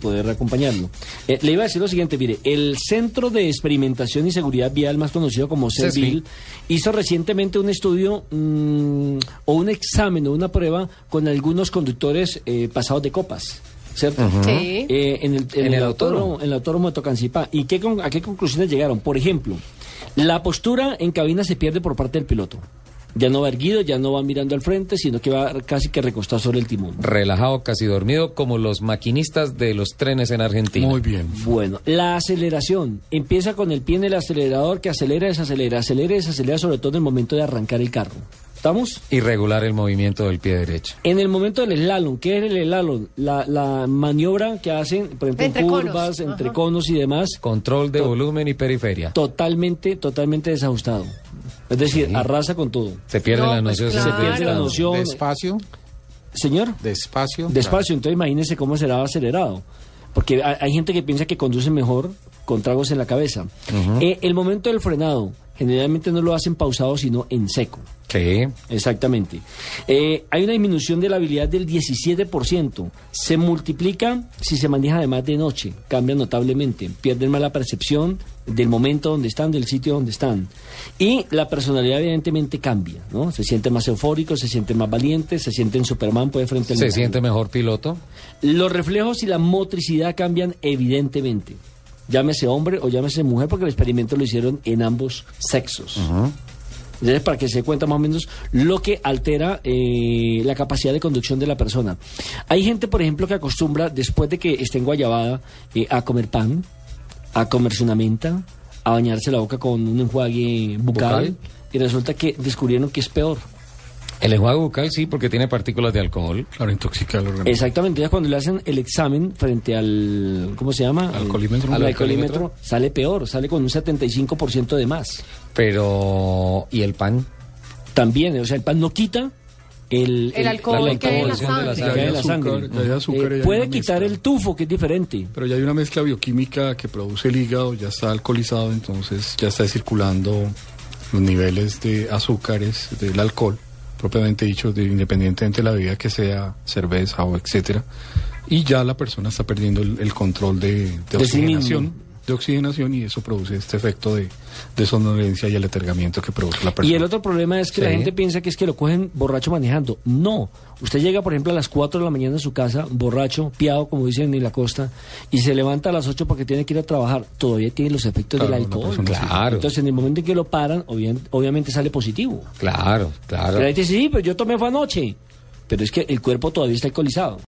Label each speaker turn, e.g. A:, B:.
A: poder acompañarlo. Eh, le iba a decir lo siguiente, mire, el Centro de Experimentación y Seguridad Vial, más conocido como CERVIL, hizo recientemente un estudio mm, o un examen o una prueba con algunos conductores eh, pasados de copas. ¿Cierto?
B: Sí.
A: Eh, en el, en
C: En
A: el
C: el
A: autódromo,
C: autódromo.
A: en el autódromo de Tocancipá. ¿Y qué, con- a qué conclusiones llegaron? Por ejemplo, la postura en cabina se pierde por parte del piloto. Ya no va erguido, ya no va mirando al frente, sino que va casi que recostado sobre el timón.
C: relajado, casi dormido, como los maquinistas de los trenes en Argentina.
D: Muy bien.
A: Bueno, la aceleración empieza con el pie en el acelerador que acelera, desacelera, acelera, desacelera, sobre todo en el momento de arrancar el carro. ¿Estamos?
C: Y regular el movimiento del pie derecho.
A: En el momento del slalom, ¿qué es el slalom? La, la maniobra que hacen, por ejemplo,
B: Entre
A: en
B: conos.
A: curvas, entre
B: Ajá.
A: conos y demás,
C: Control de volumen y periferia.
A: totalmente, totalmente desajustado. Es decir, arrasa con todo.
C: Se pierde
B: No,
C: la
B: pues
C: noción.
B: claro.
A: Se pierde la
B: Claro.
A: noción.
D: Despacio,
A: Señor.
D: despacio.
A: Despacio, entonces imagínese cómo será acelerado. Porque ha- hay gente que piensa que conduce mejor con tragos en la cabeza. Eh, el momento del frenado, generalmente no lo hacen pausado, sino en seco.
C: Sí.
A: Exactamente. Eh, hay una disminución de la habilidad del 17%. Se multiplica si se maneja además de noche. Cambia notablemente. Pierden más la percepción del momento donde están, del sitio donde están. Y la personalidad evidentemente cambia. ¿no? Se siente más eufórico, se siente más valiente, se sienten Superman puede frente al
C: Se
A: mundo.
C: siente mejor piloto.
A: Los reflejos y la motricidad cambian evidentemente. Llámese hombre o llámese mujer, porque el experimento lo hicieron en ambos sexos. Entonces, para que se dé cuenta más o menos lo que altera eh, la capacidad de conducción de la persona. Hay gente, por ejemplo, que acostumbra, después de que esté en guayabada, eh, a comer pan, a comerse una menta, a bañarse la boca con un enjuague bucal,
C: Bucal.
A: y resulta que descubrieron que es peor.
C: El enjuague bucal sí, porque tiene partículas de alcohol.
D: Claro, intoxica el organismo.
A: Exactamente, ya cuando le hacen el examen frente al, ¿cómo se llama?
D: Al colímetro.
A: Al
C: Al
A: alcoholímetro,
C: alcoholímetro.
A: sale peor, sale con un 75% de más.
C: Pero. ¿Y el pan?
A: También, o sea, el pan no quita el,
B: El alcohol
C: que queda en la
A: que
C: sangre.
A: queda en la
D: Ya hay azúcar,
A: sangre.
D: ya hay azúcar,
A: Eh,
D: ya hay
A: puede
D: una mezcla.
A: quitar el tufo, que es diferente.
D: Pero ya hay una mezcla bioquímica que produce el hígado, ya está alcoholizado, entonces ya está circulando los niveles de azúcares del alcohol, propiamente dicho, de- independientemente de la bebida que sea, cerveza o etcétera. Y ya la persona está perdiendo el, el control de, de
A: De sí mismo.
D: oxigenación. de oxigenación y eso produce este efecto de, de somnolencia y el atergamiento que produce la persona.
A: Y el otro problema es que la
C: Sí.
A: gente piensa que es que lo cogen borracho manejando. No. Usted llega, por ejemplo, a las 4 de la mañana a su casa, borracho, piado, como dicen en la costa, y se levanta a las 8 porque tiene que ir a trabajar. Todavía tiene los efectos
D: Claro,
A: del
D: la
A: alcohol.
D: persona sí.
C: Claro.
A: Entonces, en el momento en que lo paran, obvia- obviamente sale positivo.
C: Claro, claro.
A: Pero ahí dice, sí, pero yo tomé fue anoche. Pero es que el cuerpo todavía está alcoholizado.